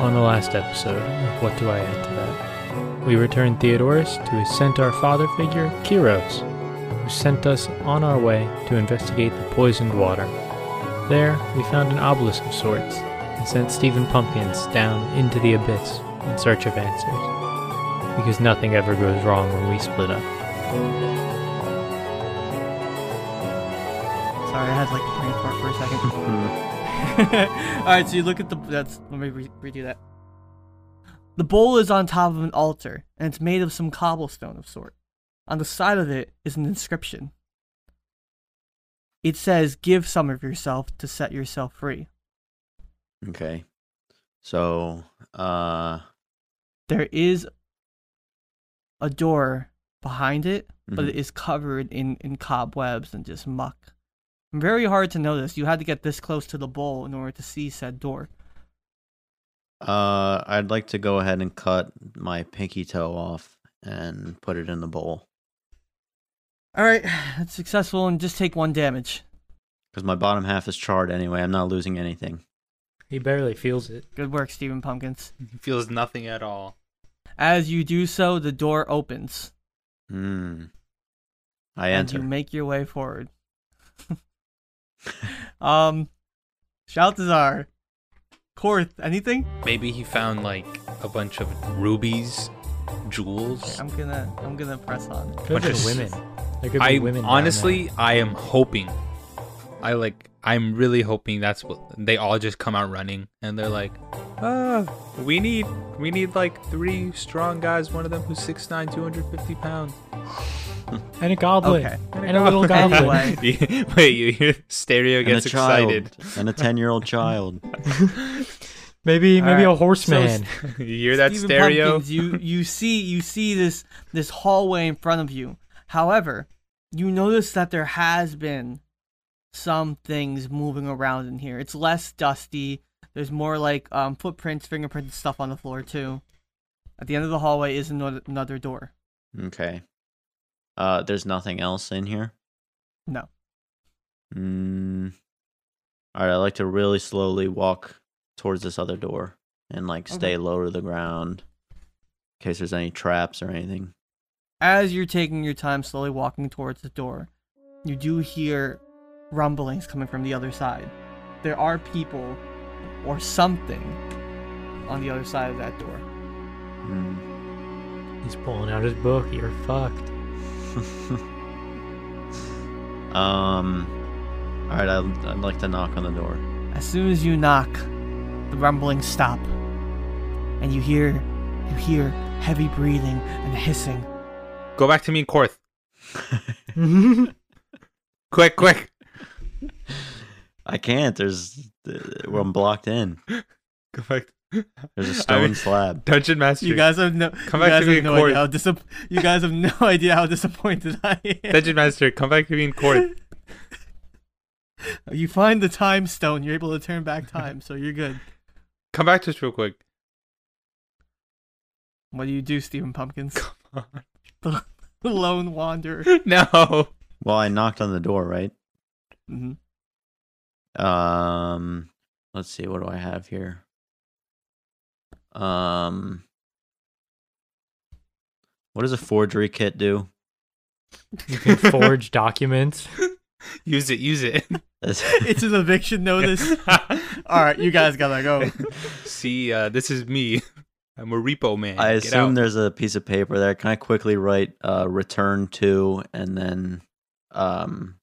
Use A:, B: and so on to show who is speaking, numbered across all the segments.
A: On the last episode of What Do I Add to That, we returned Theodorus to his centaur father figure, Kiros, who sent us on our way to investigate the poisoned water. There, we found an obelisk of sorts and sent Stephen Pumpkins down into the abyss in search of answers. Because nothing ever goes wrong when we split up.
B: Sorry, I had like a brain fart for a second. All right, so you look at the. That's let me re- redo that. The bowl is on top of an altar, and it's made of some cobblestone of sort. On the side of it is an inscription. It says, "Give some of yourself to set yourself free."
C: Okay. So, uh,
B: There is a door behind it, but it
C: Mhm.
B: is covered in in cobwebs and just muck. Very hard to notice. You had to get this close to the bowl in order to see said door.
C: uh, I'd like to go ahead and cut my pinky toe off and put it in the bowl
B: All right, that's successful, and just take one damage.
C: because my bottom half is charred anyway. I'm not losing anything.
A: He barely feels it.
B: Good work, Stephen Pumpkins.
D: feels nothing at all.
B: As you do so, the door opens,
C: Hmm. I
B: and
C: enter.
B: you make your way forward. um, Shaltazar, Korth, anything?
D: Maybe he found like a bunch of rubies, jewels.
B: I'm gonna, I'm gonna press on.
A: Could
D: Bunch
A: be
D: of-
A: women. There could be
D: I
A: women. down
D: honestly, I am hoping. I like. I'm really hoping that's what they all just come out running and they're like, "Uh, we need, we need like three strong guys. One of them who's 6'9", 250 pounds.
A: there. and a goblin
B: Okay.
A: and a little goblin.
B: Anyway.
D: Wait, you hear stereo
C: And a
D: gets
C: child.
D: excited.
C: And a 10 year old child.
A: Maybe
B: All
A: maybe
B: right,
A: a horseman.
D: you hear that
B: Stephen
D: stereo?
B: Pumpkins, you you see you see this this hallway in front of you. However, you notice that there has been some things moving around in here. It's less dusty. There's more like um, footprints, fingerprints, and stuff on the floor too. At the end of the hallway is another, another door.
C: Okay. Uh, there's nothing else in here.
B: No.
C: Mm. All right, I like to really slowly walk towards this other door and like
D: Mm-hmm.
C: stay low to the ground in case there's any traps or anything.
B: As you're taking your time slowly walking towards the door, you do hear rumblings coming from the other side. There are people or something on the other side of that door.
C: Mm.
A: He's pulling out his book. You're fucked.
C: um. All right, I'd, I'd like to knock on the door.
B: As soon as you knock, the rumblings stop, and you hear, you hear heavy breathing and hissing.
D: Go back to me and Korth. Quick, quick.
C: I can't. There's uh, well, I'm blocked in.
D: Go back.
C: There's a
D: I
C: stone
D: mean,
C: slab.
D: Dungeon Master.
B: You guys have no,
D: Come
B: you
D: back
B: guys
D: to me
B: have
D: in
B: no idea
D: court.
B: how disap- you guys have no idea how disappointed I am.
D: Dungeon Master, come back to me and Korth.
B: You find the time stone, you're able to turn back time, so you're good.
D: Come back to us real quick.
B: What do you do, Stephen Pumpkins?
D: Come on.
B: The lone wanderer.
D: No.
C: Well, I knocked on the door, right?
B: Mhm.
C: Um, let's see, what do I have here? Um, what does a forgery kit do?
A: You can forge documents.
D: Use it, use it.
B: It's an eviction notice. All right, you guys gotta go.
D: See, uh, this is me. I'm a repo man.
C: I
D: Get
C: assume
D: out.
C: there's a piece of paper there. Can I quickly write uh, return to and then, um,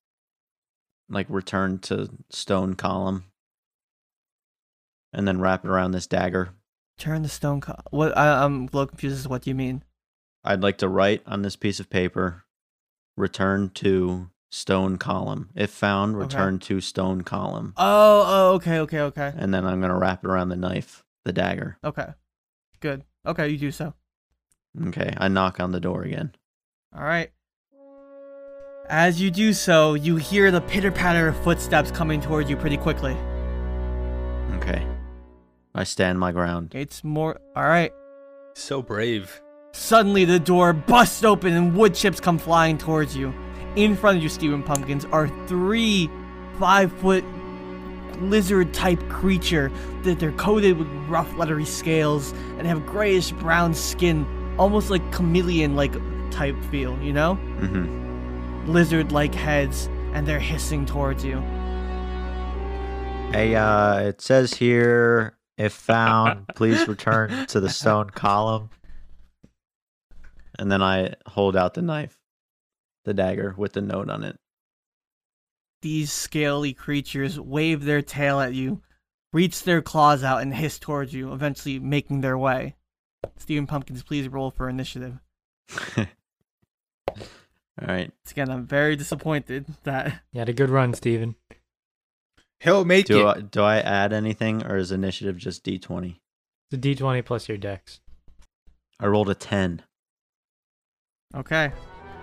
C: like return to stone column, and then wrap it around this dagger?
B: Turn the stone. Co- what I, I'm a little confused as to what you mean.
C: I'd like to write on this piece of paper, return to stone column. If found,
B: Okay.
C: return to stone column.
B: Oh, oh, okay, okay, okay.
C: And then I'm going to wrap it around the knife, the dagger.
B: Okay. Good. Okay, you do so.
C: Okay. I knock on the door again.
B: All right. As you do so, you hear the pitter patter of footsteps coming toward you pretty quickly.
C: Okay. I stand my ground.
B: It's more. All right.
D: So brave.
B: Suddenly, the door busts open and wood chips come flying towards you. In front of you, Stephen Pumpkins, are three five foot lizard type creature that they're coated with rough, leathery scales and have grayish brown skin, almost like chameleon like type feel, you know?
C: Mm-hmm.
B: Lizard like heads, and they're hissing towards you.
E: Hey, uh, it says here if found, please return to the stone column.
C: And then I hold out the knife, the dagger with the note on it.
B: These scaly creatures wave their tail at you, reach their claws out, and hiss towards you, eventually making their way. Steven Pumpkins, please roll for initiative.
C: All right,
B: Once again, I'm very disappointed that
A: You had a good run, Steven.
D: He'll make
C: do
D: it.
C: I, do I add anything or is initiative just D twenty?
A: It's a D twenty plus your dex.
C: I rolled a ten.
B: Okay.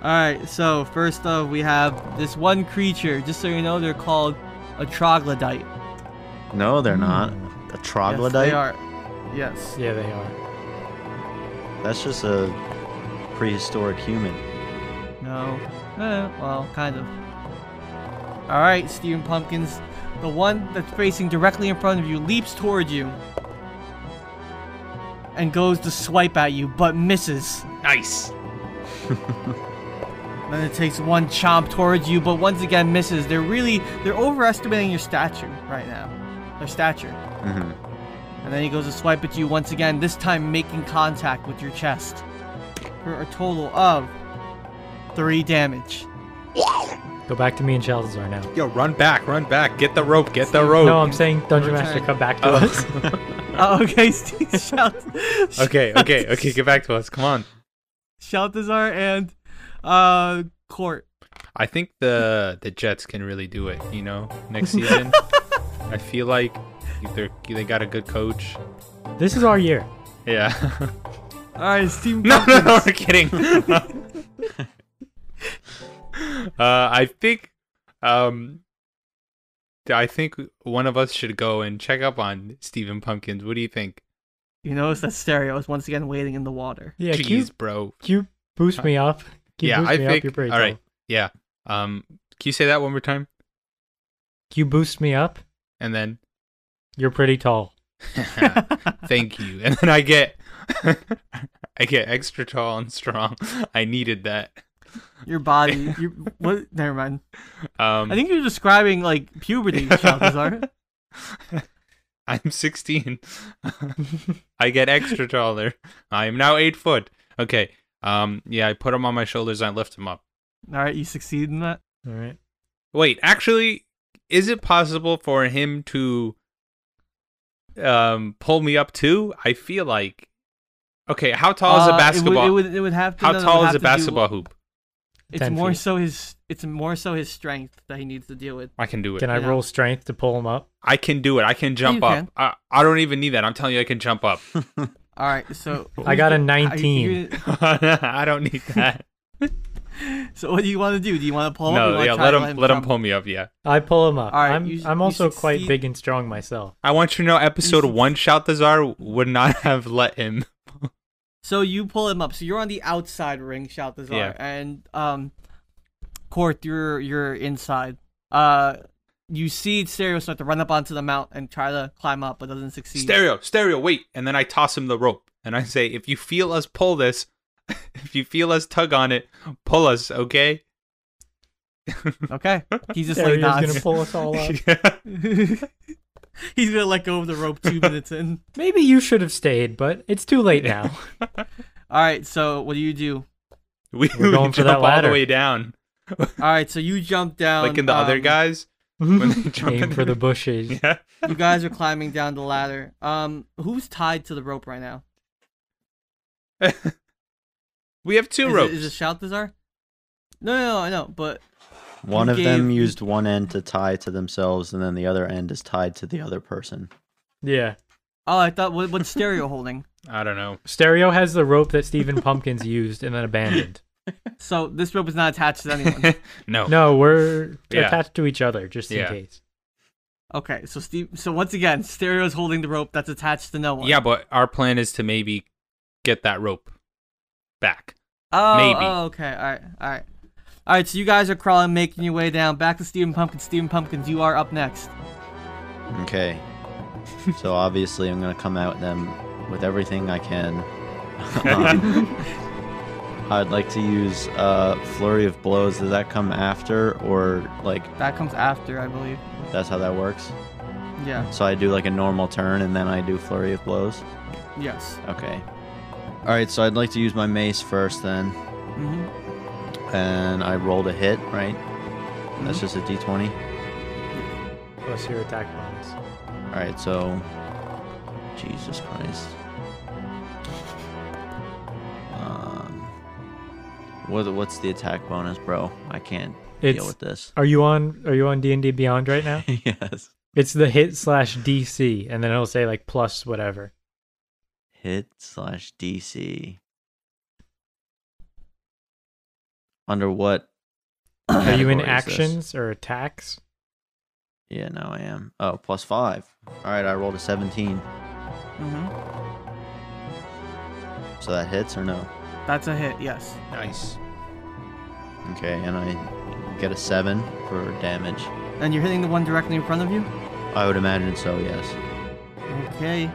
B: Alright, so first up, we have this one creature. Just so you know, they're called a troglodyte.
C: No, they're not. Hmm. A troglodyte.
B: Yes, they are. Yes.
A: Yeah, they are.
C: That's just a prehistoric human.
B: No. Eh, well, kind of. Alright, Steven Pumpkins. The one that's facing directly in front of you leaps toward you and goes to swipe at you, but misses.
D: Nice.
B: Then it takes one chomp towards you, but once again misses. They're really they're overestimating your stature right now. Their stature.
C: Mm-hmm.
B: And then he goes to swipe at you once again, this time making contact with your chest. For a total of three damage.
A: Go back to me and Shalazar now.
D: Yo, run back, run back. Get the rope, get the rope.
A: No, I'm saying Dungeon Master,
B: Return.
A: come back to
D: Oh.
A: us.
B: Oh, okay, Steve Shalt
D: okay, okay, okay. Get back to us. Come on.
B: Shaltazar and uh Court.
D: I think the the Jets can really do it. You know, next season. I feel like they they got a good coach.
A: this is our year.
D: Yeah.
B: Alright, Steam
D: no, no, no, we're kidding. uh, Uh, I think, um, I think one of us should go and check up on Stephen Pumpkins. What do you think?
B: You notice that stereo is once again waiting in the water.
A: Yeah, can
D: Jeez,
A: you,
D: bro.
A: can you boost me up? Can you
D: yeah,
A: boost
D: I
A: me
D: think.
A: up? You're pretty
D: all
A: tall.
D: right. Yeah. Um, can you say that one more time?
A: Can you boost me up?
D: And then,
A: You're pretty tall.
D: thank you. And then I get, I get extra tall and strong. I needed that.
B: Your body your what never mind.
D: Um,
B: I think you're describing like puberty, Shaltazar.
D: I'm 16. I get extra taller. I am now eight foot. Okay. Um. Yeah, I put him on my shoulders. And I lift him up.
B: All right, you succeed in that.
A: All right.
D: Wait, actually, is it possible for him to um pull me up too? I feel like. Okay, how tall is
B: Uh,
D: a
B: it
D: basketball?
B: Would, it, would, it would have to.
D: how
B: no, no, it would
D: tall
B: have
D: is a
B: to do-
D: basketball hoop?
B: It's
A: 10
B: more
A: feet.
B: so his. It's more so his strength that he needs to deal with.
D: I can do it.
A: Can I
B: Yeah.
A: roll strength to pull him up?
D: I can do it. I can jump
B: you
D: up.
B: can.
D: I, I don't even need that. I'm telling you, I can jump up.
B: All right, so
A: I got a
B: Are you
A: 19.
B: gonna-
D: I don't need that.
B: so what do you want to do? Do you want to pull? him or you
D: no,
B: wanna
D: yeah,
B: try
D: let
B: to
D: him let him
B: jump?
D: pull me up. Yeah.
A: I pull him up.
B: All right,
A: I'm
B: you-
A: I'm
B: you
A: also quite
B: succeed.
A: big and strong myself.
D: I want you to know episode
B: He's-
D: one, Shout the Czar would not have let him.
B: So you pull him up. So you're on the outside ring, shout the czar,
D: Yeah.
B: and um, Court, you're you're inside. Uh, you see Stereo start to run up onto the mount and try to climb up, but doesn't succeed.
D: Stereo, stereo, wait. And then I toss him the rope. And I say, if you feel us pull this, if you feel us tug on it, pull us, okay?
B: Okay, he's just
A: There he
B: like
A: is,
B: nods.
A: gonna pull us all up.
B: he's gonna let go of the rope two minutes in.
A: Maybe you should have stayed, but it's too late now.
B: All right, so what do you do?
D: we
A: We're going
D: jump
A: for that
D: all the
A: ladder.
D: way down.
B: All right, so you jump down.
D: like in the other
B: um,
D: guys. When they jump in
A: Aim for
D: there.
A: the bushes.
D: Yeah.
B: You guys are climbing down the ladder. Um, who's tied to the rope right now?
D: we have two
B: is
D: ropes.
B: It, is it Shaltazar? No, no, no, I know, but
C: One
B: You
C: of them
B: gave-
C: used one end to tie to themselves, and then the other end is tied to the other person.
A: Yeah.
B: oh, I thought what, what's Stereo holding?
D: I don't know.
A: Stereo has the rope that Stephen Pumpkins used and then abandoned.
B: So this rope is not attached to anyone.
D: no.
A: No, we're
D: Oh. Yeah.
A: attached to each other just in
D: Yeah.
A: case.
B: okay, so Steve. So once again, Stereo's holding the rope that's attached to no one.
D: Yeah, but our plan is to maybe get that rope back.
B: Oh,
D: maybe.
B: oh, okay. All right. All right. All right. So you guys are crawling, making your way down. Back to Steven Pumpkins. Steven Pumpkins, you are up next.
C: Okay. so obviously, I'm gonna come at them with everything I can. Um, I'd like to use uh, flurry of blows. Does that come after, or like
B: That comes after, I believe.
C: that's how that works?
B: Yeah.
C: So I do like a normal turn, and then I do flurry of blows.
B: Yes.
C: Okay. All right. So I'd like to use my mace first, then,
B: hmm
C: and I rolled a hit. Right. That's
B: Mhm.
C: just a d20.
A: Plus your attack bonus.
C: All right. So, Jesus Christ. Um, what what's the attack bonus, bro? I can't deal
A: It's-
C: with this.
A: Are you on Are you on D and D Beyond right now?
C: yes.
A: It's the hit slash DC, and then it'll say like plus whatever.
C: Hit slash DC. Under what?
A: Are you in
C: category is this?
A: actions or attacks?
C: Yeah, no, I am. Oh, plus five. All right, I rolled a 17.
B: hmm
C: So that hits or no?
B: That's a hit. Yes.
D: Nice.
C: Okay, and I get a seven for damage.
B: And you're hitting the one directly in front of you.
C: I would imagine so, yes.
B: Okay.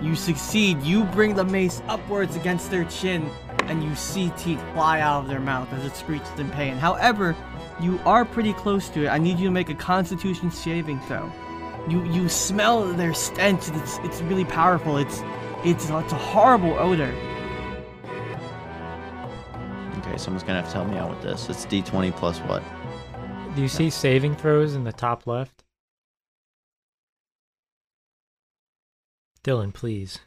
B: You succeed. You bring the mace upwards against their chin, and you see teeth fly out of their mouth as it screeches in pain. However, you are pretty close to it. I need you to make a Constitution saving throw. You you smell their stench. and It's it's really powerful. It's it's it's a horrible odor.
C: Okay, someone's gonna have to help me out with this. It's D20 plus what?
A: Do you see saving throws in the top left? Dylan, please.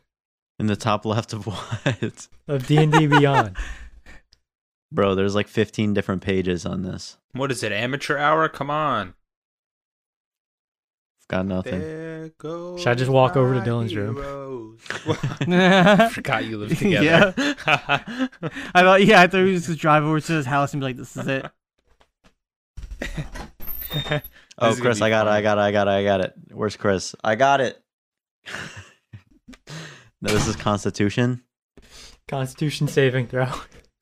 C: In the top left of what?
A: Of D and D Beyond.
C: Bro, there's like 15 different pages on this.
D: What is it? Amateur hour? Come on.
C: I've got nothing.
D: There goes
A: Should I just walk over to
D: my
A: Dylan's room?
D: heroes. I
B: I
D: forgot you lived together. Yeah.
B: thought yeah I thought we was just drive over to his house and be like this is it.
C: Oh,
D: is gonna
C: Chris,
D: be
C: I got it,
D: fun.
C: I got it, I got it, I got it. Where's Chris? I got it. no, this is Constitution.
A: Constitution saving throw.
C: All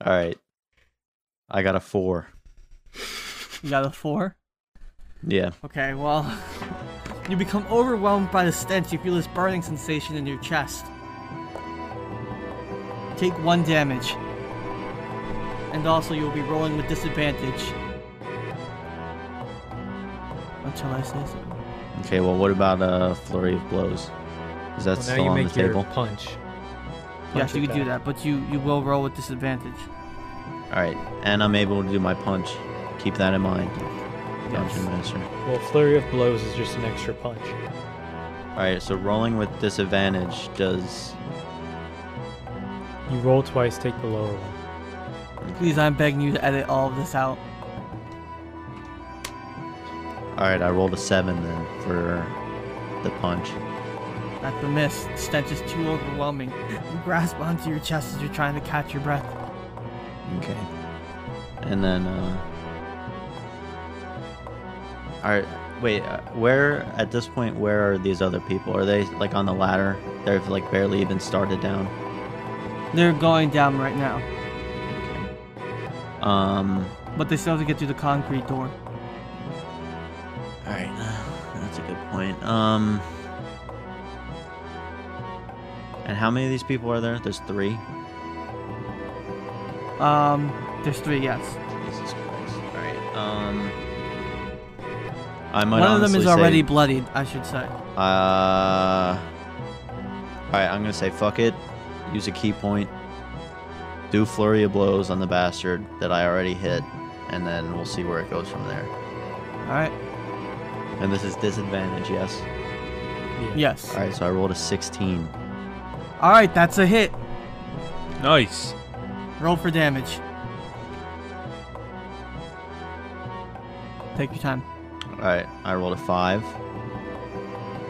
C: right. I got a four.
B: You got a four.
C: Yeah.
B: Okay, well, you become overwhelmed by the stench. You feel this burning sensation in your chest. Take one damage. And also, you'll be rolling with disadvantage. Until I say so.
C: Okay, well, what about uh, Flurry of Blows? Is
A: Well,
C: that
A: now
C: still
A: you
C: on the
A: make your
C: table?
A: punch.
B: Yes,
A: Punch
B: you
A: it
B: can do
A: back.
B: that, but you, you will roll with disadvantage.
C: All right, and I'm able to do my punch. Keep that in mind, Dungeon Master.
A: Well, flurry of blows is just an extra punch.
C: All right, so rolling with disadvantage does.
A: You roll twice, take the lower one.
B: Please, I'm begging you to edit all of this out.
C: All right, I rolled a seven then for the punch.
B: That's a miss. The stench is too overwhelming. You grasp onto your chest as you're trying to catch your breath.
C: Okay, and then. Uh... All right, wait. uh, Where at this point? Where are these other people? Are they like on the ladder? They've like barely even started down.
B: They're going down right now,
C: Um.
B: but they still have to get through the concrete door.
C: All right, that's a good point. Um, and how many of these people are there? There's three.
B: Um, there's three, yes.
C: Jesus Christ! All right. Um, I might
B: One of them
C: honestly
B: is
C: say-
B: already bloodied, I should say.
C: Uh, all right, I'm gonna say fuck it. Use a key point. Do flurry of blows on the bastard that I already hit, and then we'll see where it goes from there.
B: Alright?
C: And this is disadvantage, yes.
B: Yes.
C: All right, so I rolled a 16.
B: Alright, that's a hit.
D: nice.
B: Roll for damage. Take your time.
C: All right, I rolled a five.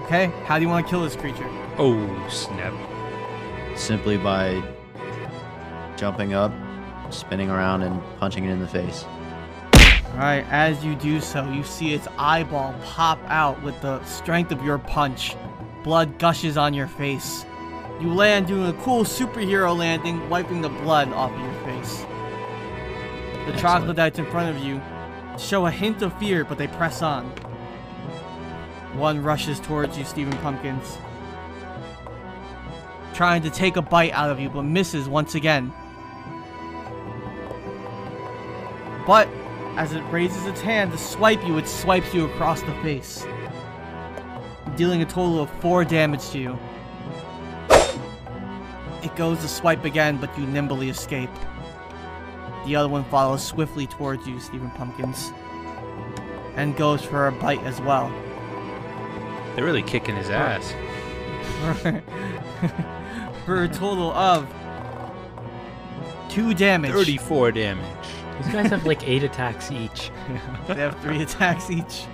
B: Okay, how do you want to kill this creature?
D: Oh snap!
C: simply by jumping up, spinning around, and punching it in the face.
B: Alright, as you do so, you see its eyeball pop out with the strength of your punch. Blood gushes on your face. You land doing a cool superhero landing, wiping the blood off of your face. The
C: Excellent.
B: troglodytes in front of you show a hint of fear, but they press on. One rushes towards you, Stephen Pumpkins, trying to take a bite out of you, but misses once again. But as it raises its hand to swipe you, it swipes you across the face, dealing a total of four damage to you. It goes to swipe again, but you nimbly escape. The other one follows swiftly towards you, Stephen Pumpkins, and goes for a bite as well.
D: They're really kicking his ass.
B: for a total of two damage.
D: 34 damage.
A: These guys have like eight attacks each.
B: They have three attacks each.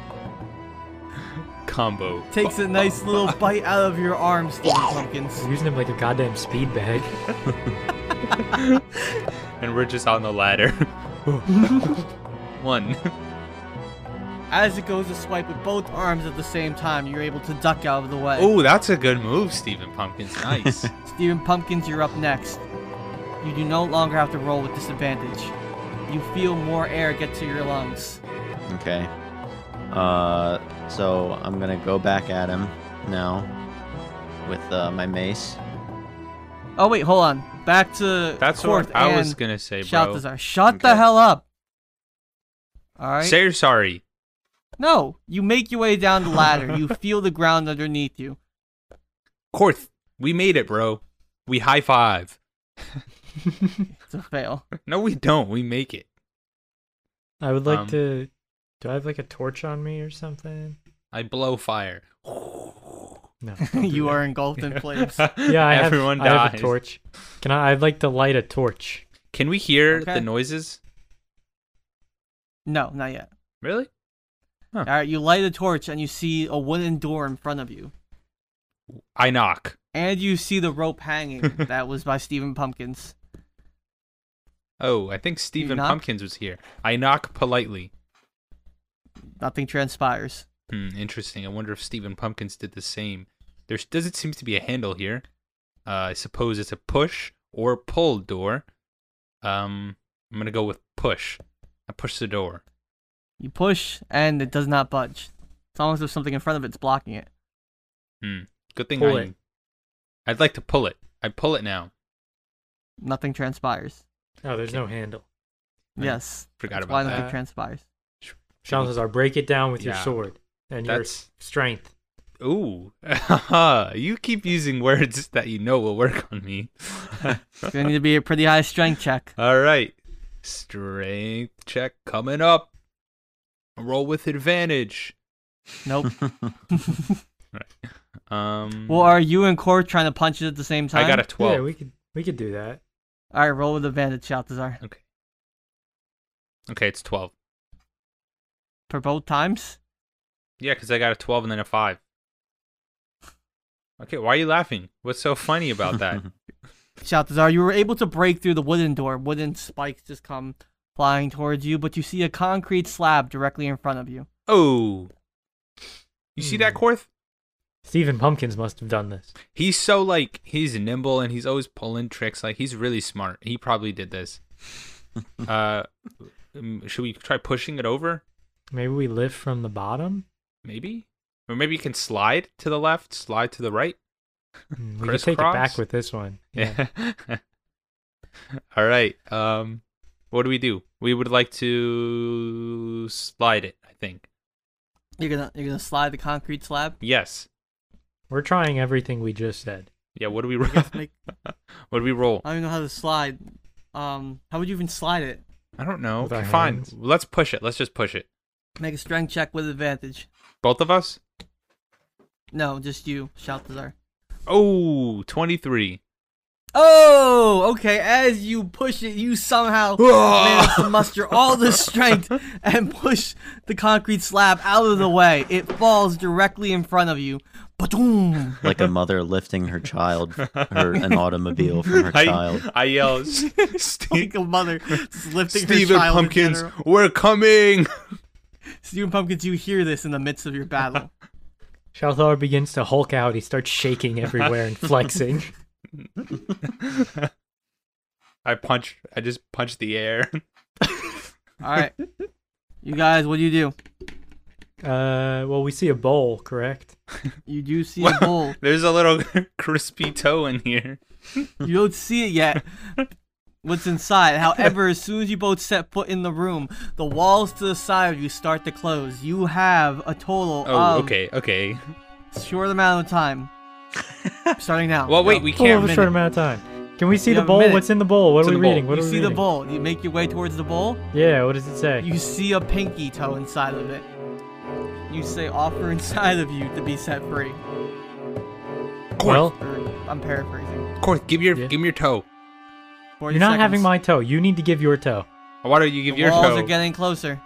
D: Combo.
B: Takes a nice little bite out of your arm, Stephen Pumpkins.
A: They're using them like a goddamn speed bag.
D: And we're just on the ladder. One.
B: As it goes to swipe with both arms at the same time, you're able to duck out of the way.
D: Oh, that's a good move, Stephen Pumpkins. Nice.
B: Steven Pumpkins, you're up next. You do no longer have to roll with disadvantage. You feel more air get to your lungs.
C: Okay. Uh, so I'm gonna go back at him now with uh, my mace.
B: Oh wait, hold on. Back to
D: That's
B: Korth
D: what I was
B: and
D: gonna say, bro.
B: Shaltazar. Shut the
C: Okay.
B: hell up. All right.
D: Say you're sorry.
B: no, you make your way down the ladder. you feel the ground underneath you.
D: Korth, we made it, bro. We high five.
B: It's a fail.
D: No, we don't. We make it.
A: I would like
D: Um,
A: to. Do I have like a torch on me or something?
D: I blow fire.
A: No.
B: you are engulfed in flames.
A: Yeah, I have,
D: Everyone
A: I have a
D: dies.
A: torch. Can I? I'd like to light a torch.
D: Can we hear
B: Okay.
D: the noises?
B: No, not yet.
D: Really?
B: All right, you light a torch and you see a wooden door in front of you.
D: I knock.
B: And you see the rope hanging that was by Stephen Pumpkins.
D: Oh, I think Stephen
B: knock?
D: Pumpkins was here. I knock politely.
B: Nothing transpires.
D: Hmm, interesting. I wonder if Stephen Pumpkins did the same. There doesn't seem to be a handle here. Uh, I suppose it's a push or pull door. Um, I'm gonna go with push. I push the door.
B: You push and it does not budge. As long as there's something in front of it, it's blocking it.
D: Hmm. Good thing
A: Pull
D: I.
A: it.
D: I'd like to pull it. I pull it now.
B: Nothing transpires.
A: Oh, there's no handle.
D: I
B: yes.
D: Forgot
B: that's
D: about
B: why
D: that.
B: nothing transpires.
A: Shalazar, break it down with your
D: Yeah.
A: sword and
D: That's-
A: your strength.
D: Ooh, you keep using words that you know will work on me.
B: It's going to need to be a pretty high strength check.
D: All right, strength check coming up. Roll with advantage.
B: Nope.
D: Um,
B: well, are you and Core trying to punch it at the same time?
D: I got a twelve.
A: Yeah, we could we could do that.
B: All right, roll with advantage, Shaltazar.
D: Okay. Okay, it's twelve.
B: For both times?
D: Yeah, because I got a twelve and then a five. Okay, why are you laughing? What's so funny about that?
B: Shaltazar, you were able to break through the wooden door. Wooden spikes just come flying towards you, but you see a concrete slab directly in front of you.
D: oh, you see that,
A: Hmm.
D: Korth?
A: Stephen Pumpkins must have done this.
D: He's so like he's nimble and he's always pulling tricks. Like he's really smart. He probably did this. uh, mm, should we try pushing it over?
A: Maybe we lift from the bottom.
D: Maybe, or maybe you can slide to the left, slide to the right.
A: Hmm, We could take it
D: Crisscross?
A: back with this one.
D: Yeah. All right. Um, what do we do? We would like to slide it. I think.
B: You're gonna you're gonna slide the concrete slab.
D: Yes.
A: We're trying everything we just said.
D: Yeah. What do we?
B: You
D: Roll?
B: guys make-
D: what do we roll?
A: Uh,
B: I don't even know how to slide. Um, how would you even slide it?
D: I don't know.
A: With our
D: Okay, fine.
A: hands?
D: Let's push it. Let's just push it.
B: Make a strength check with advantage.
D: Both of us.
B: No, just you, Shaltazar.
D: Oh, 23.
B: Oh, okay. As you push it, you somehow manage to muster all the strength and push the concrete slab out of the way. It falls directly in front of you. Ba-doom.
C: like a mother lifting her child, her an automobile from her child.
D: I, I yell, "S-
B: Like
D: Ste-
B: a mother just lifting
D: Stephen
B: her child in
D: Pumpkins,
B: general.
D: we're coming.
B: Stephen Pumpkins, you hear this in the midst of your battle.
A: Shalthar begins to hulk out. He starts shaking everywhere and flexing.
D: I punch. I just punch the air.
B: All right. You guys, what do you do?
A: Uh, well, we see a bowl, correct?
B: You do see
D: Well-
B: a bowl.
D: There's a little crispy toe in here.
B: You don't see it yet. What's inside. However, as soon as you both set foot in the room, the walls to the side of you start to close. You have a total
D: Oh,
B: of
D: okay, okay.
B: short amount of time. Starting now.
D: Well, wait, we can't.
A: Oh, a short amount of time. Can we see
B: You
A: the
B: have a
A: bowl?
B: minute.
A: What's in the bowl? What are
D: To
A: we
D: the bowl.
A: reading? What
B: you
A: are we
B: see the
A: reading?
B: bowl. You make your way towards the bowl.
A: Yeah. What does it say?
B: You see a pinky toe inside of it. You say offer inside of you to be set free.
A: well,
B: Or, I'm paraphrasing.
D: Korth, give your
A: Yeah.
D: give me your toe.
A: you're
B: 40
A: not
B: seconds.
A: having my toe. You need to give your toe.
D: Why don't you give
B: The
D: your
B: walls
D: toe?
B: are getting closer.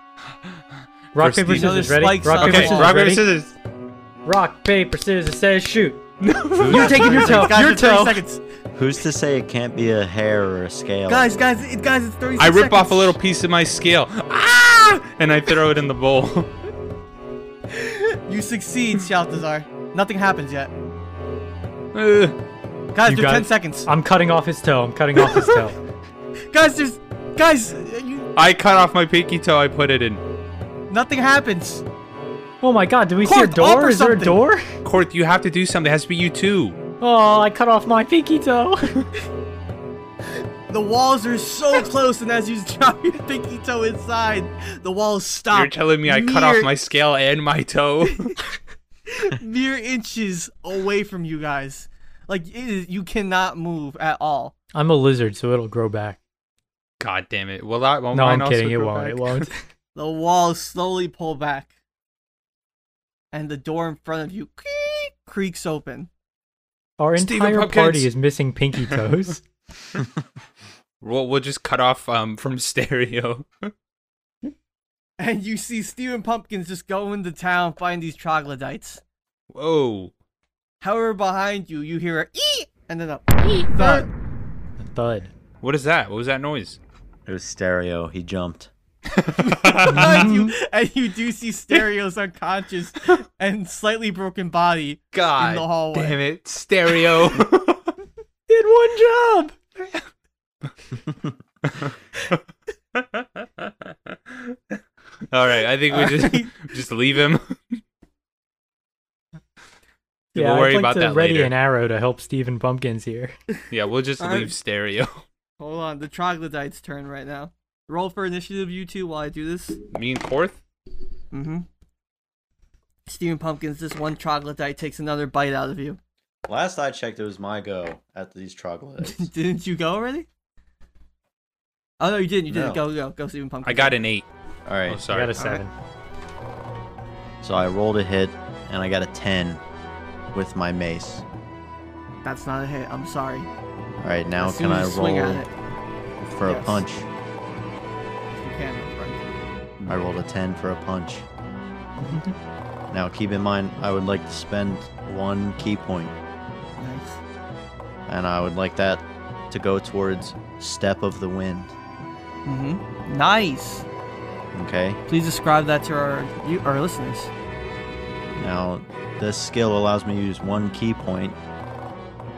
A: Rock
D: Christine.
A: paper
D: You know
A: scissors.
B: there's
A: Ready?
B: spikes
A: Rock
B: on
A: paper
B: the
D: okay,
A: scissors.
B: wall.
D: rock paper
A: ready?
D: scissors.
A: Rock paper scissors. Says shoot.
C: Who's,
A: You're taking your toe.
B: Guys,
A: Your
B: it's 30
A: toe.
B: seconds.
C: who's to say it can't be a hair or a scale?
B: Guys, guys, it, guys, it's 30
D: I
B: seconds.
D: rip off a little piece of my scale, ah, and I throw it in the bowl.
B: You succeed, Shaltazar. Nothing happens yet.
D: Ugh.
B: Guys,
A: You
B: there's
A: got
B: 10
A: it.
B: seconds.
A: I'm cutting off his toe. I'm cutting off his toe.
B: Guys, there's. Guys, you,
D: I cut off my pinky toe. I put it in.
B: nothing happens.
A: Oh my god, do we see a
B: Cork, offer
A: door? Is there a
B: something.
A: door?
D: Korth, you have to do something. It has to be you too.
A: Oh, I cut off my pinky toe.
B: The walls are so close, and as you drop your pinky toe inside, the walls stop.
D: You're telling me I cut off
B: mere-
D: my scale and my toe.
B: mere inches away from you guys. Like it is, you cannot move at all.
A: I'm a lizard, so it'll grow back.
D: God damn it. Well, that won't
A: No,
D: Oh, mine
A: I'm
D: also
A: kidding. It
D: grow
A: won't.
D: back?
A: It won't.
B: The walls slowly pull back, and the door in front of you creak, creaks open.
A: Our
D: Stephen
A: entire
D: Pumpkins.
A: party is missing pinky toes.
D: We'll, we'll just cut off um, from stereo.
B: And you see Steven Pumpkins just go into town, find these troglodytes.
D: Whoa.
B: However, behind you, you hear a ee, and then a thud.
A: Thud.
D: What is that? What was that noise?
C: It was stereo. He jumped.
B: behind you, and you do see Stereo's unconscious and slightly broken body.
D: God
B: hallway.
D: damn it. Stereo.
A: Did one job.
D: All right, I think we just just leave him. Yeah,
A: Yeah,
D: we'll worry
A: I'd like
D: about
A: to
D: that
A: ready
D: later.
A: an arrow to help Stephen Pumpkins here.
D: Yeah, we'll just
B: Alright.
D: leave stereo.
B: Hold on, the troglodytes' turn right now. Roll for initiative, you two, while I do this.
D: Me and Korth?
B: Mm-hmm. Steven Pumpkins, this one troglodyte takes another bite out of you.
C: Last I checked, it was my go at these troglodytes.
B: didn't you go already? Oh no, you didn't. You didn't.
C: No.
B: Go, go, go, Steven Pumpkins.
D: I got an eight.
C: All
D: Oh,
C: right,
A: I
D: sorry.
A: got a seven.
C: so I rolled a hit, and I got a ten with my mace.
B: That's not a hit. I'm sorry.
C: All right, now
B: as
C: can
B: soon
C: I
B: as you swing
C: roll
B: at it,
C: for a
B: Yes.
C: punch?
B: you can. right?
C: I rolled a 10 for a punch. now, keep in mind, I would like to spend one key point,
B: Nice.
C: and I would like that to go towards Step of the Wind.
B: Mm-hmm. Nice.
C: Okay?
B: Please describe that to our you, our listeners.
C: Now, this skill allows me to use one key point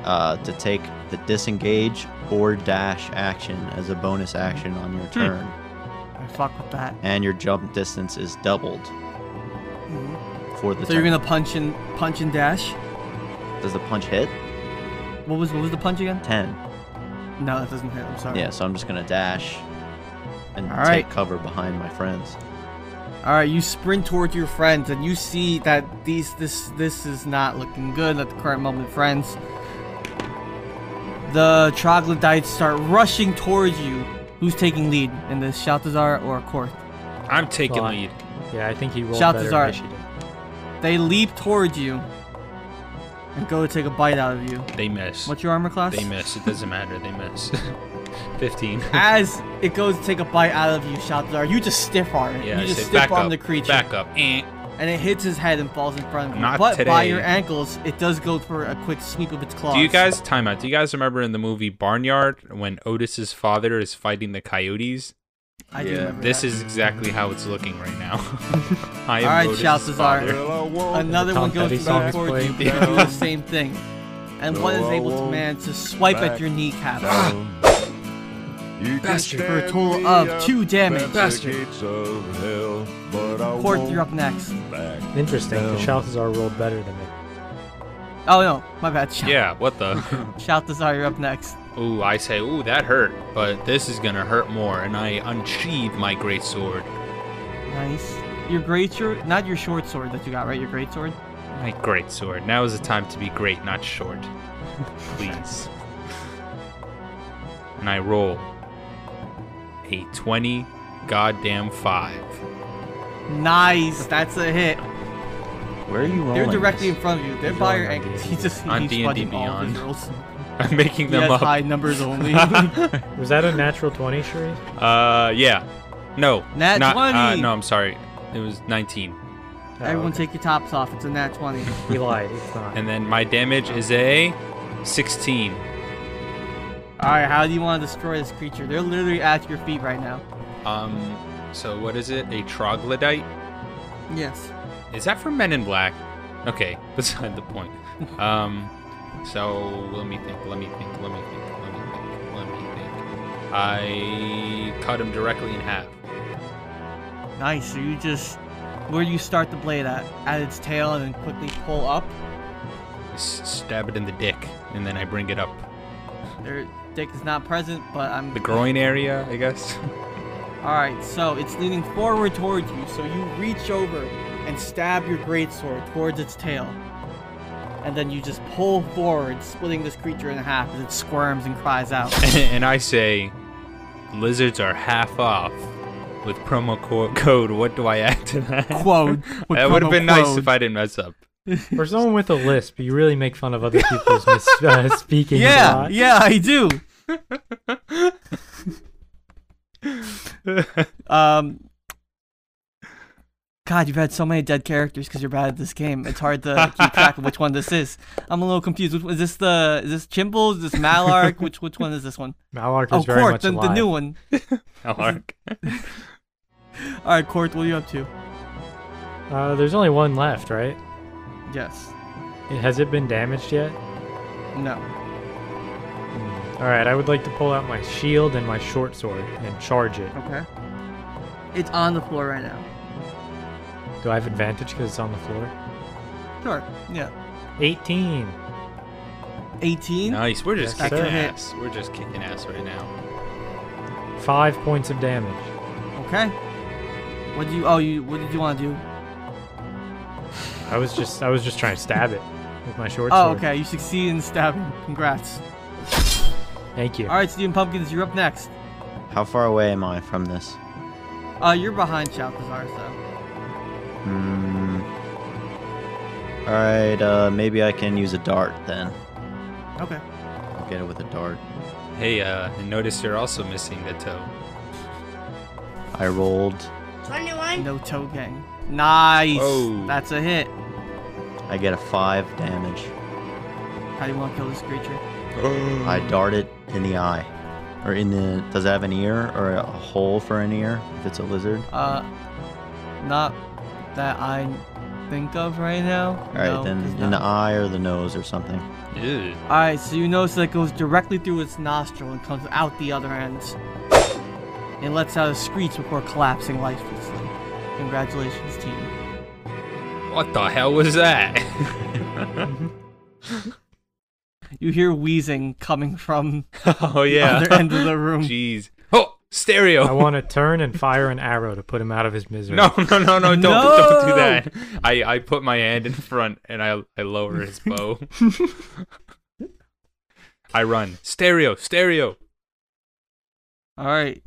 C: uh, to take the disengage or dash action as a bonus action on
B: Hmm.
C: your turn,
B: I fuck with that.
C: and your jump distance is doubled
B: hmm
C: for the
B: So you're
C: turn.
B: gonna punch and punch and dash.
C: Does the punch hit?
B: What was what was the punch again?
C: 10.
B: No, that doesn't hit. I'm sorry.
C: Yeah, so I'm just gonna dash and
B: All
C: take
B: right.
C: cover behind my friends.
B: All right, you sprint towards your friends, and you see that these this this is not looking good at the current moment, friends. The troglodytes start rushing towards you. Who's taking lead in this, Shaltazar or Korth?
D: I'm taking
A: Fine.
D: lead.
A: Yeah, I think he rolled
B: Shout
A: better
B: Cesar.
A: than she did.
B: They leap towards you and go to take a bite out of you.
D: They miss.
B: What's your armor class?
D: They miss. It doesn't matter. They miss. Fifteen.
B: As it goes to take a bite out of you, Shaltazar, you just stiff arm it.
D: Yeah, I
B: you just
D: say back
B: stiff arm
D: up.
B: the creature,
D: Back up. Eh.
B: and it hits his head and falls in front of you.
D: Not
B: but by
D: today.
B: your ankles, it does go for a quick sweep of its claws.
D: Do you guys time out? Do you guys remember in the movie Barnyard when Otis's father is fighting the coyotes?
B: I do
C: Yeah.
B: remember
D: This
B: that.
D: is exactly how it's looking right now. I am
B: All right,
D: Otis's
B: Shaltazar.
D: father.
B: Another
A: Tom
B: one goes
A: Petty
B: to
A: songs
B: back towards
A: played.
B: you, but you do the same thing. And one is able to man to swipe at your kneecap. Ah! Bastard. For a total of two damage.
D: Bastard.
B: Court, you're up next.
A: Interesting, because Shalthazar rolled better than me.
B: Oh no, my bad. Sh-
D: Yeah, what the?
B: Shaltazar, you're up next.
D: Ooh, I say, ooh, that hurt, but this is gonna hurt more, and I unsheathe my great sword.
B: Nice. Your great sword, not your short sword that you got, right? Your great sword.
D: My great sword. Now is the time to be great, not short. Please. and I roll a 20 goddamn 5.
B: Nice. That's a hit.
C: Where are you rolling?
B: They're directly in
C: this?
B: front of you. They're
A: He's
B: by your
A: rolling on
B: ankles.
A: D&D.
B: He just
D: On
B: he's
D: D&D
B: fudging all of his
D: Beyond.
B: rolls.
D: I'm making
B: He
D: them
B: has
D: up.
B: high numbers only.
A: Was that a natural 20, Sheree?
D: uh, yeah. No.
B: Nat
D: not, Uh,
B: 20.
D: no, I'm sorry. It was 19.
A: Oh,
B: Everyone,
A: okay.
B: take your tops off. It's a nat twenty.
A: He lied. It's not.
D: And then my damage is a 16.
B: All right, how do you want to destroy this creature? They're literally at your feet right now.
D: Um, so what is it? A troglodyte?
B: Yes.
D: Is that from Men in Black? Okay, beside the point. Um, so let me think. Let me think. Let me think. Let me think. Let me think. I cut him directly in half.
B: Nice. So you just where do you start the blade at? At its tail, and then quickly pull up.
D: I s- stab it in the dick, and then I bring it up
B: Their dick is not present, but I'm.
D: the groin area, I guess.
B: All right, so it's leaning forward towards you. So you reach over and stab your greatsword towards its tail, and then you just pull forward, splitting this creature in half as it squirms and cries out.
D: and I say, lizards are half off with promo co- code. What do I add to that?
B: Quote. with
D: That would have
B: promo
D: been nice
B: quote.
D: if I didn't mess up.
A: For someone with a lisp, you really make fun of other people's mis- uh, speaking. a
B: Yeah,
A: lot.
B: yeah, I do. um, God, you've had so many dead characters because you're bad at this game. It's hard to keep track of which one this is. I'm a little confused. Which, is this the is this Chimble? Is this Malark? Which which one is this one?
A: Malark is
B: Oh,
A: very
B: Court,
A: much
B: the,
A: alive.
B: the new one.
D: Alark.
B: All right, Court, what are you up to?
A: Uh, there's only one left, right?
B: Yes.
A: It- Has it been damaged yet?
B: No.
A: All right, I would like to pull out my shield and my short sword and charge it.
B: Okay. It's on the floor right now.
A: Do I have advantage because it's on the floor?
B: Sure. Yeah.
A: 18.
B: 18.
D: Nice. We're just
A: Yes,
D: kicking
B: sir.
D: ass. We're just kicking ass right now.
A: Five points of damage.
B: Okay. What do you? Oh, you. What did you want to do?
A: I was just I was just trying to stab it with my short
B: Oh,
A: sword.
B: okay. You succeed in stabbing. Congrats.
A: Thank you.
B: All right, Steven Pumpkins, you're up next.
C: How far away am I from this?
B: Uh, you're behind Chalcazar, so.
C: Hmm. All right. Uh, maybe I can use a dart then.
B: Okay.
C: I'll get it with a dart.
D: Hey, uh, and notice you're also missing the toe.
C: I rolled.
F: 21.
B: No toe gang. Nice.
D: Oh.
B: That's a hit.
C: I get a five damage.
B: How do you want to kill this creature?
C: I dart it in the eye, or in the. Does it have an ear or a hole for an ear? If it's a lizard.
B: Uh, not that I think of right now.
C: All right,
B: No,
C: then
B: it's
C: in the
B: not.
C: eye or the nose or something.
D: Ew.
B: All right, so you notice that it goes directly through its nostril and comes out the other end. And lets out a screech before collapsing lifelessly. Congratulations, team.
D: What the hell was that?
B: You hear wheezing coming from
D: oh
B: the
D: yeah.
B: other end of the room.
D: Jeez. Oh, stereo.
A: I want to turn and fire an arrow to put him out of his misery.
D: no, no, no, no! Don't, don't do
B: No!
D: that. I, I put my hand in front and I, I lower his bow. I run. Stereo, stereo.
B: All right,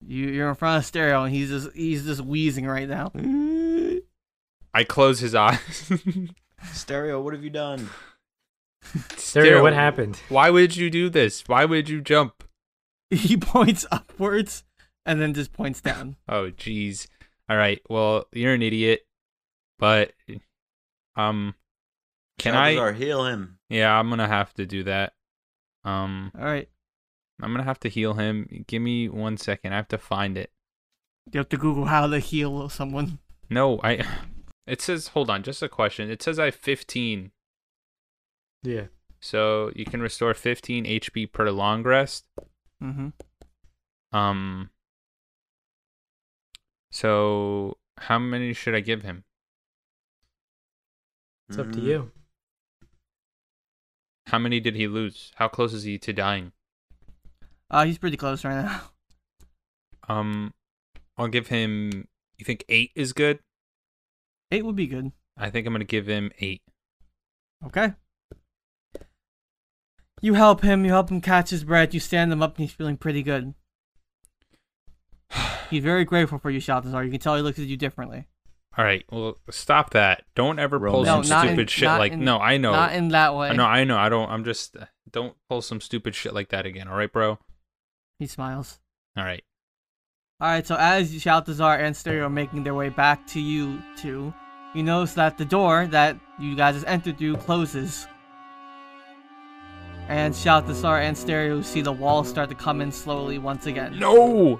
B: you you're in front of stereo, and he's just he's just wheezing right now.
D: I close his eyes.
C: Stereo, what have you done?
A: Stereo, what happened?
D: Why would you do this? Why would you jump?
B: He points upwards, and then just points down.
D: Oh, jeez. All right. Well, you're an idiot, but um, can I?
C: heal him?
D: Yeah, I'm gonna have to do that. Um,
B: All right,
D: I'm gonna have to heal him. Give me one second. I have to find it.
B: you have to Google how to heal someone.
D: No, I. It says, hold on, just a question. It says I have 15,
A: Yeah.
D: so you can restore 15 HP per long rest.
B: Mm-hmm.
D: Um. So how many should I give him?
A: It's up to you.
D: How many did he lose? How close is he to dying?
B: Uh, he's pretty close right now.
D: Um, I'll give him. You think eight is good?
B: Eight would be good.
D: I think I'm gonna give him eight.
B: Okay. You help him. You help him catch his breath. You stand him up, and he's feeling pretty good. He's very grateful for you, Shaltazar. You can tell he looks at you differently.
D: All right. Well, stop that. Don't ever pull
C: Roll No,
D: some
C: not in-
D: stupid shit
B: not
D: like.
B: in-
D: no, I know.
B: Not in that way.
D: no, I know. I don't. I'm just. Don't pull some stupid shit like that again. All right, bro.
B: He smiles.
D: All right.
B: All right. So as Shaltazar and Stereo are making their way back to you two, you notice that the door that you guys just entered through closes, and Shaltazar and Stereo see the walls start to come in slowly once again.
D: No.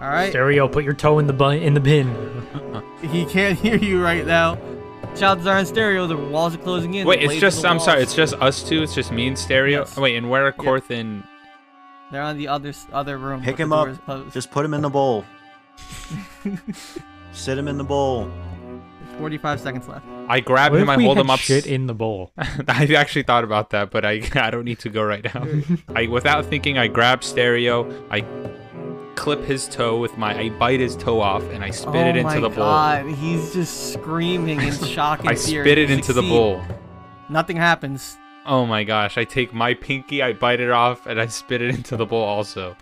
B: All right.
A: Stereo, put your toe in the bun- in the bin.
B: He can't hear you right now. Shaltazar and Stereo. The walls are closing in.
D: Wait,
B: the
D: it's
B: blades of
D: just.
B: the
D: I'm sorry.
B: walls-
D: It's just us two. It's just me and Stereo.
B: Yes.
D: Wait, and where are Korth and?
B: They're on the other s- other room.
C: Pick
B: but
C: him
B: the door
C: up.
B: is closed.
C: Just put him in the bowl. Sit him in the bowl.
B: There's 45 seconds left.
D: I grab
A: What
D: him.
A: if
D: I
A: we
D: hold
A: had
D: him up.
A: Shit in the bowl.
D: I actually thought about that, but I I don't need to go right now. I without thinking, I grab stereo. I clip his toe with my. I bite his toe off and I spit it
B: oh my
D: into the bowl.
B: god, he's just screaming in shock and
D: I
B: fear.
D: spit
B: You
D: it into the
B: succeed.
D: bowl.
B: Nothing happens.
D: Oh my gosh! I take my pinky, I bite it off, and I spit it into the bowl. Also,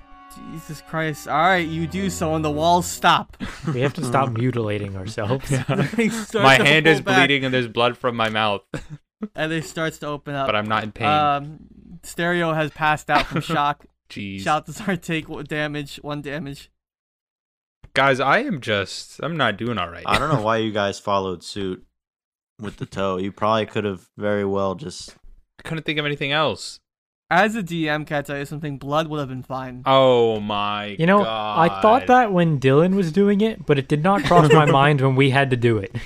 B: Jesus Christ. All right, you do so, and the walls stop.
A: We have to stop mutilating ourselves.
B: They start
D: my
B: to
D: hand is
B: pull back, Uh,
D: bleeding and there's blood from my mouth,
B: And it starts to open up.
D: but I'm not in pain.
B: Um, Stereo has passed out from shock.
D: Jeez,
B: Shaltazar take one damage, one damage.
D: guys, I am just. I'm not doing all right.
C: I don't know why you guys followed suit with the toe. You probably could have very well just.
D: I couldn't think of anything else.
B: As a DM, can I tell you something? Blood would have been fine.
D: Oh my.
A: You know, I thought
D: God.
A: that when Dylan was doing it, but it did not cross my mind when we had to do it.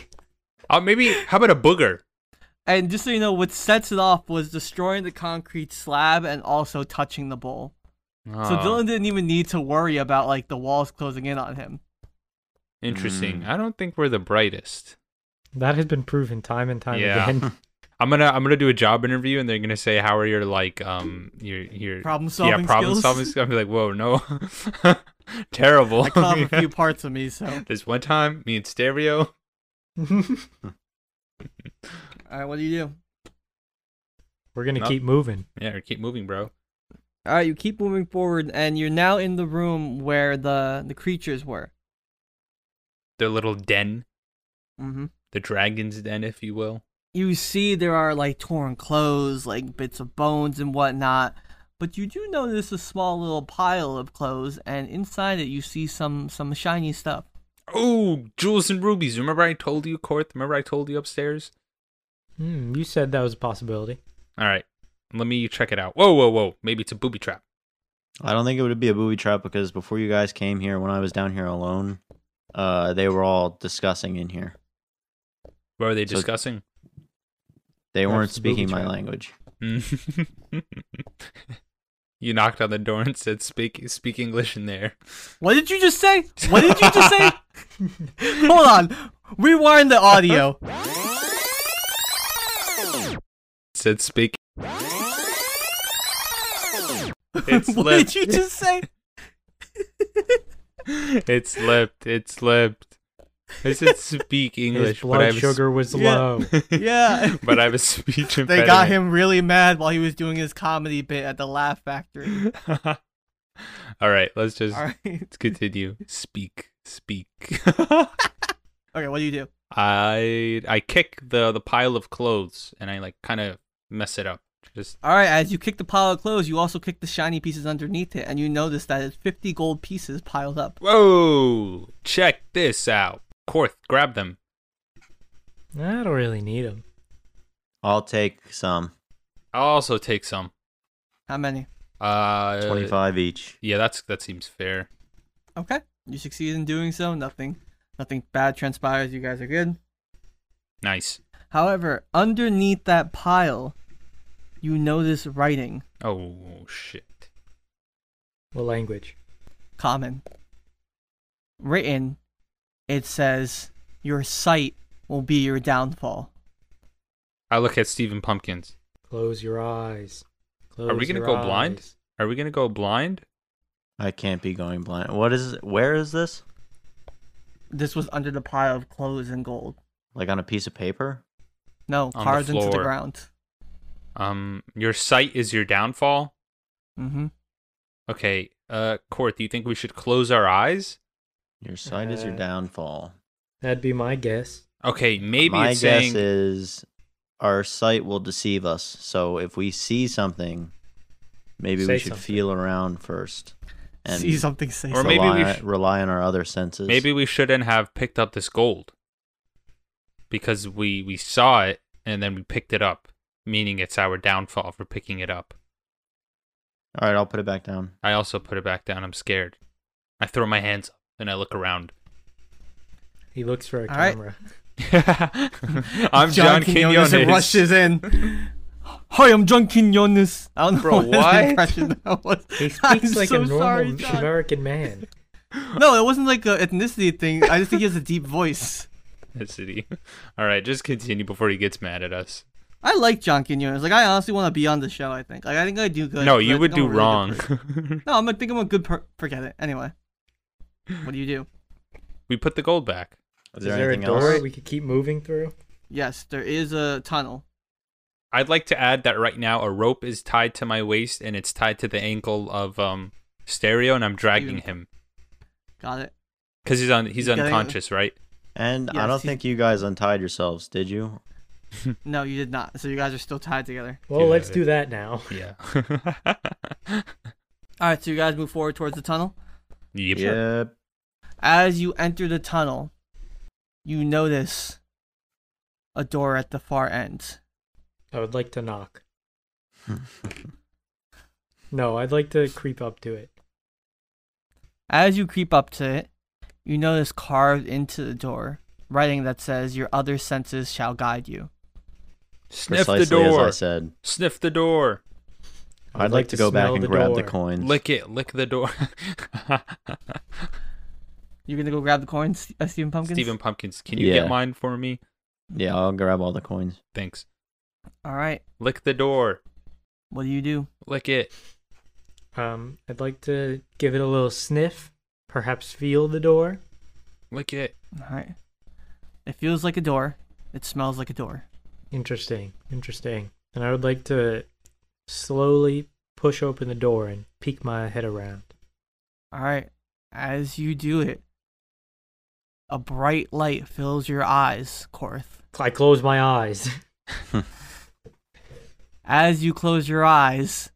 D: Oh, maybe. How about a booger?
B: And just so you know, what sets it off was destroying the concrete slab and also touching the bowl. So
D: Ah.
B: Dylan didn't even need to worry about like the walls closing in on him.
D: Interesting.
C: Mm.
D: I don't think we're the brightest.
A: That has been proven time and time
D: Yeah.
A: again.
D: I'm gonna I'm gonna do a job interview and they're gonna say how are your like um your your
B: Problem-solving
D: yeah problem
B: skills?
D: solving skills. I'll be like whoa no terrible.
B: I cut off a few parts of me, so
D: this one time me and stereo.
B: alright, what do you do?
A: We're gonna
D: Nope.
A: keep moving.
D: Yeah, keep moving, bro.
B: Alright, you keep moving forward and you're now in the room where the the creatures were.
D: Their little den,
B: Mm-hmm.
D: the dragon's den, if you will.
B: You see there are like torn clothes, like bits of bones and whatnot. But you do notice a small little pile of clothes and inside it you see some some shiny stuff.
D: Oh, jewels and rubies. Remember I told you, Korth? Remember I told you upstairs?
A: Hmm, you said that was a possibility.
D: All right, let me check it out. Whoa, whoa, whoa. Maybe it's a booby trap.
C: I don't think it would be a booby trap because before you guys came here, when I was down here alone, uh, they were all discussing in here.
D: What are they
C: So-
D: discussing?
C: They
A: Perhaps
C: weren't
A: it's a booby
C: speaking my
A: trap.
C: language.
D: you knocked on the door and said, "Speak, speak English in there."
B: What did you just say? What did you just say? Hold on. Rewind the audio.
D: Said, "Speak."
B: what
D: It slipped.
B: did you just say?
D: It slipped. It slipped. I said, "Speak English,"
A: His
D: but I
A: blood
D: have a s-
A: sugar was
B: Yeah.
A: low.
B: Yeah.
D: but I have a speech impediment.
B: They got him really mad while he was doing his comedy bit at the Laugh Factory.
D: All right, let's just
B: All right.
D: let's continue. Speak, speak.
B: Okay, what do you do?
D: I I kick the the pile of clothes and I like kind of mess it up. Just
B: All right, as you kick the pile of clothes, you also kick the shiny pieces underneath it, and you notice that it's 50 gold pieces piled up.
D: whoa! Check this out. Korth, grab them.
A: I don't really need him.
C: I'll take some.
D: I'll also take some.
B: How many?
D: Uh,
C: 25 each.
D: Yeah, that's that seems fair.
B: Okay. You succeed in doing so. Nothing nothing bad transpires. You guys are good.
D: Nice.
B: However, underneath that pile, you notice writing.
D: Oh shit.
A: What language?
B: common. Written, it says, Your sight will be your downfall.
D: I look at Stephen Pumpkins.
A: Close your eyes. Close
D: Are we gonna
A: your
D: go blind?
A: eyes.
D: Are we gonna go blind?
C: I can't be going blind. What is? Where is this?
B: This was under the pile of clothes and gold.
C: Like on a piece of paper?
B: No,
D: the
B: carved into the
D: floor.
B: ground.
D: Um, your sight is your downfall.
B: hmm
D: Okay, uh, Court, do you think we should close our eyes?
C: Your sight is your
A: Uh,
C: downfall.
A: That'd be my guess.
D: Okay, maybe
C: My
D: it's
C: guess
D: saying
C: is our sight will deceive us. So if we see something, maybe
A: Say
C: we should
A: something.
C: feel around first and
B: See something, say
D: Or
B: something.
D: maybe
C: rely,
D: we sh-
C: rely on our other senses.
D: maybe we shouldn't have picked up this gold because we we saw it and then we picked it up, meaning it's our downfall for picking it up.
C: All right, I'll put it back down.
D: I also put it back down. I'm scared. I throw my hands up and I look around.
A: He looks for a
B: All right.
A: camera.
D: I'm John,
B: Quinones and
D: Quinones.
B: rushes in. Hi, I'm John Quinones. I don't know
D: Bro,
B: what, his
D: what?
B: impression that was.
A: He speaks
B: I'm
A: like
B: so
A: a normal
B: sorry, John.
A: American man.
B: No, it wasn't like an ethnicity thing. I just think he has a deep voice.
D: City. All right, just continue before he gets mad at us.
B: I like John Quinones. Like, I honestly want to be on the show, I think. Like, I think I do good.
D: no,
B: 'cause I
D: you would
B: think I'm
D: do
B: a really good
D: wrong.
B: person. No, I'm gonna think I'm a good per- forget it. Anyway. What do you do?
D: we put the gold back.
A: Is
C: Is there,
A: there a
C: anything
A: door
C: else?
A: we could keep moving through?
B: Yes, there is a tunnel.
D: I'd like to add that right now a rope is tied to my waist and it's tied to the ankle of um Stereo, and I'm dragging
B: Even-
D: him
B: Got it.
D: because he's on he's
B: You gotta-
D: unconscious, right?
C: And I
B: Yes,
C: don't
B: he's-
C: think you guys untied yourselves, did you?
B: No, you did not. So you guys are still tied together.
A: Well,
D: Yeah,
A: let's
D: it-
A: do that now.
D: Yeah.
B: All right, so you guys move forward towards the tunnel.
D: yep.
C: Yep.
B: As you enter the tunnel, you notice a door at the far end.
A: I would like to knock. No, I'd like to creep up to it.
B: As you creep up to it, you notice carved into the door writing that says, "Your other senses shall guide you."
D: Sniff
C: Precisely
D: the door.
C: as I said.
D: Sniff the door.
C: I'd, like, to go back
A: smell
C: and grab the
A: door.
C: coins.
D: Lick it. Lick the door.
B: You're gonna go grab the coins, uh, Stephen Pumpkins.
D: Stephen Pumpkins, can you
C: Yeah.
D: get mine for me?
C: Yeah, I'll grab all the coins.
D: Thanks.
B: All right.
D: Lick the door.
B: What do you do?
D: Lick it.
A: Um, I'd like to give it a little sniff, perhaps feel the door.
D: Lick it.
B: All right. It feels like a door. It smells like a door.
A: Interesting, interesting. And I would like to slowly push open the door and peek my head around.
B: All right. As you do it, a bright light fills your eyes, Korth.
A: I close my eyes.
B: As you close your eyes,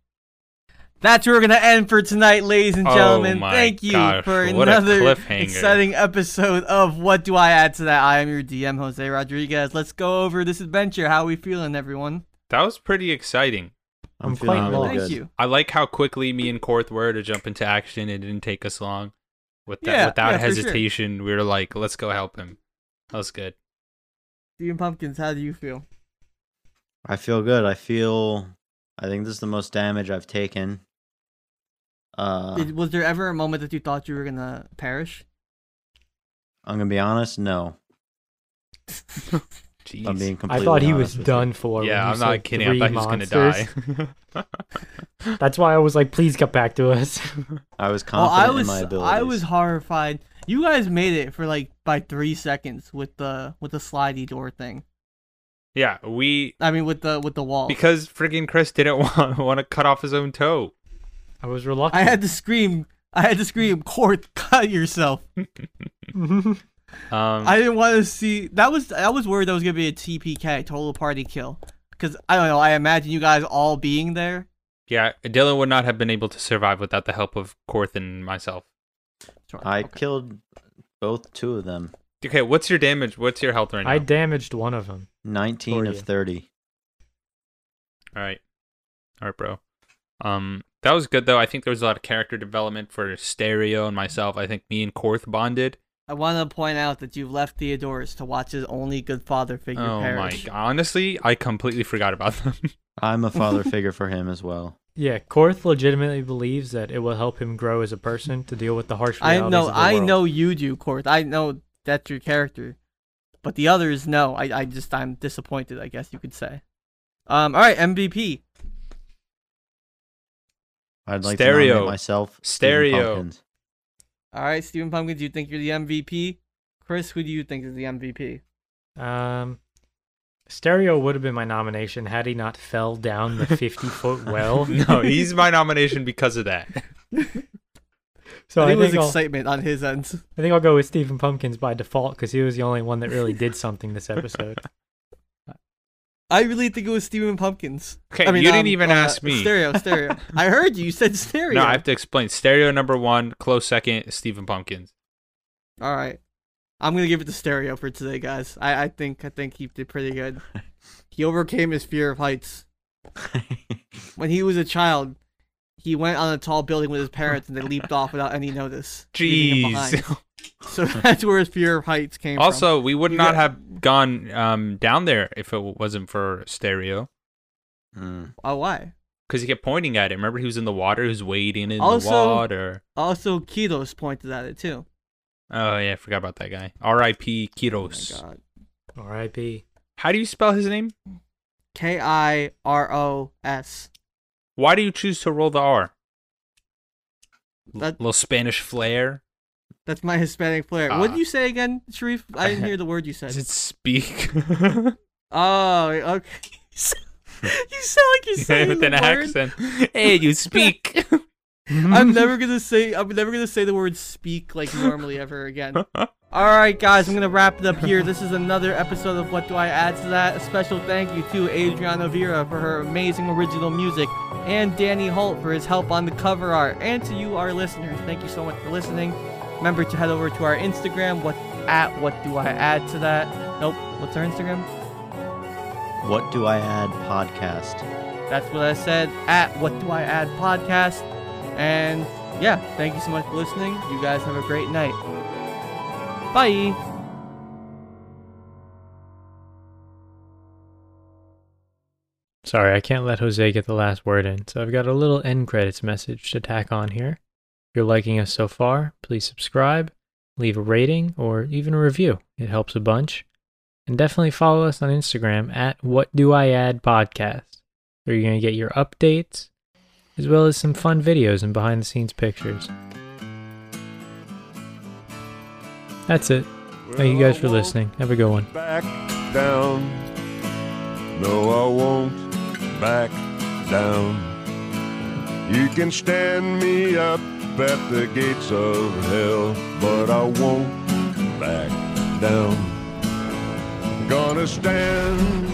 B: that's where we're going to end for tonight, ladies and
D: Oh
B: gentlemen.
D: my
B: Thank you
D: gosh,
B: for
D: what a
B: another
D: cliffhanger.
B: exciting episode of What Do I Add to That? I am your DM, Jose Rodriguez. Let's go over this adventure. How we feeling, everyone?
D: That was pretty exciting.
C: I'm,
A: I'm
C: feeling
A: quite
C: really
A: lost.
B: Thank
C: good.
B: you.
D: I like how quickly me and Korth were to jump into action. It didn't take us long. With that,
B: Yeah,
D: without
B: yeah, for sure.
D: hesitation, we were like, "Let's go help him." That was good.
B: Steven Pumpkins, how do you feel?
C: I feel good. I feel. I think this is the most damage I've taken. Uh,
B: Did- was there ever a moment that you thought you were going to perish?
C: I'm gonna be honest. No,
D: Jeez.
C: I'm being
A: I
C: completely.
A: thought he was
C: honest with you.
A: done for. when
D: yeah,
A: you
D: I'm not
A: said
D: kidding. I
A: three
D: thought he was gonna die.
A: monsters. That's why I was like, please get back to us.
C: I was
B: Well, Oh,
C: confident
B: I was
C: in my abilities.
B: I was horrified. You guys made it for like by three seconds with the with the slidey door thing.
D: yeah, we
B: I mean with the with the wall.
D: because friggin' Chris didn't want, want to cut off his own toe.
A: I was reluctant.
B: I had to scream. I had to scream, "Court, cut yourself!"
A: Mhm.
D: Um,
B: I didn't want to see. That was I was worried that was gonna be a TPK, total party kill. Because I don't know. I imagine you guys all being there.
D: yeah, Dylan would not have been able to survive without the help of Korth and myself.
B: Sure,
C: I
B: okay.
C: killed both two of them.
D: Okay, what's your damage? What's your health right now?
A: I damaged one of them.
C: Nineteen
A: For
C: of
A: you.
C: thirty.
D: All right. All right, bro. Um, that was good though. I think there was a lot of character development for Stereo and myself. I think me and Korth bonded.
B: I want to point out that you've left Theodorus to watch his only good father figure
D: oh
B: perish.
D: my! Honestly, I completely forgot about them.
C: I'm a father figure for him as well.
A: Yeah, Korth legitimately believes that it will help him grow as a person to deal with the harsh realities
B: I know,
A: of the
B: I
A: world.
B: know you do, Court. I know that's your character, but the others, no. I, I just, I'm disappointed. I guess you could say. Um, all right, MVP.
C: I'd like to
D: Stereo.
C: nominate myself. Stephen
D: Stereo.
C: Pumpkins.
B: All right, Stephen Pumpkins, you think you're the MVP? Chris, who do you think is the MVP?
A: Um, Stereo would have been my nomination had he not fell down the 50 foot well.
D: No, he's my nomination because of that.
A: So
B: I
A: I, think
B: think it was
A: I'll,
B: excitement on his end.
A: I think I'll go with Stephen Pumpkins by default because he was the only one that really did something this episode.
B: I really think it was Stephen Pumpkins.
D: Okay,
B: I mean,
D: you
B: um,
D: didn't even
B: uh,
D: ask me.
B: Stereo, stereo. I heard you. You said stereo.
D: No, I have to explain. Stereo number one, close second, Stephen Pumpkins.
B: All right, I'm gonna give it to stereo for today, guys. I, I think I think he did pretty good. He overcame his fear of heights. When he was a child, he went on a tall building with his parents, and they leaped off without any notice. leaving him behind.
D: Jeez.
B: So that's where his fear of heights came from.
D: Also, we would
B: You
D: not
B: got-
D: have gone um, down there if it wasn't for Stereo.
C: Mm.
B: Also, oh why?
D: Because he kept pointing at it. Remember, he was in the water. He was wading in
B: Also-
D: the water.
B: Also, Kidos pointed at it too.
D: Oh, yeah. I forgot about that guy. R.I.P.
B: Oh my
D: Kiros.
B: god.
A: R.I.P.
D: How do you spell his name?
B: K I R O S.
D: Why do you choose to roll the R? L-
B: That-
D: little Spanish flair.
B: That's my Hispanic flair. what
D: Ah.
B: did you say again, Sharif? I didn't hear the word you
D: Does
B: said.
D: it speak?
B: Oh, okay. you sound like you're saying
D: With
B: the
D: an
B: word.
D: accent. Hey, you speak.
B: I'm never gonna say. I'm never gonna say the word "speak" like normally ever again. All right, guys, I'm gonna wrap it up here. This is another episode of What Do I Add to That? A special thank you to Adriana Vera for her amazing original music, and Danny Holt for his help on the cover art, and to you, our listeners. Thank you so much for listening. Remember to head over to our Instagram. What at What Do I Add to That? Nope. What's our Instagram?
C: What do I add? Podcast.
B: That's what I said at What Do I Add podcast. And yeah, thank you so much for listening. You guys have a great night. Bye.
A: Sorry, I can't let Jose get the last word in, so I've got a little end credits message to tack on here. If you're liking us so far, please subscribe, leave a rating, or even a review. It helps a bunch. And definitely follow us on Instagram at What Do I Add Podcast, where you're going to get your updates, as well as some fun videos and behind the scenes pictures. That's it. Thank you guys for listening. Have a good one.
F: back down. No, I won't back down. You can stand me up at the gates of hell, but I won't back down. Gonna stand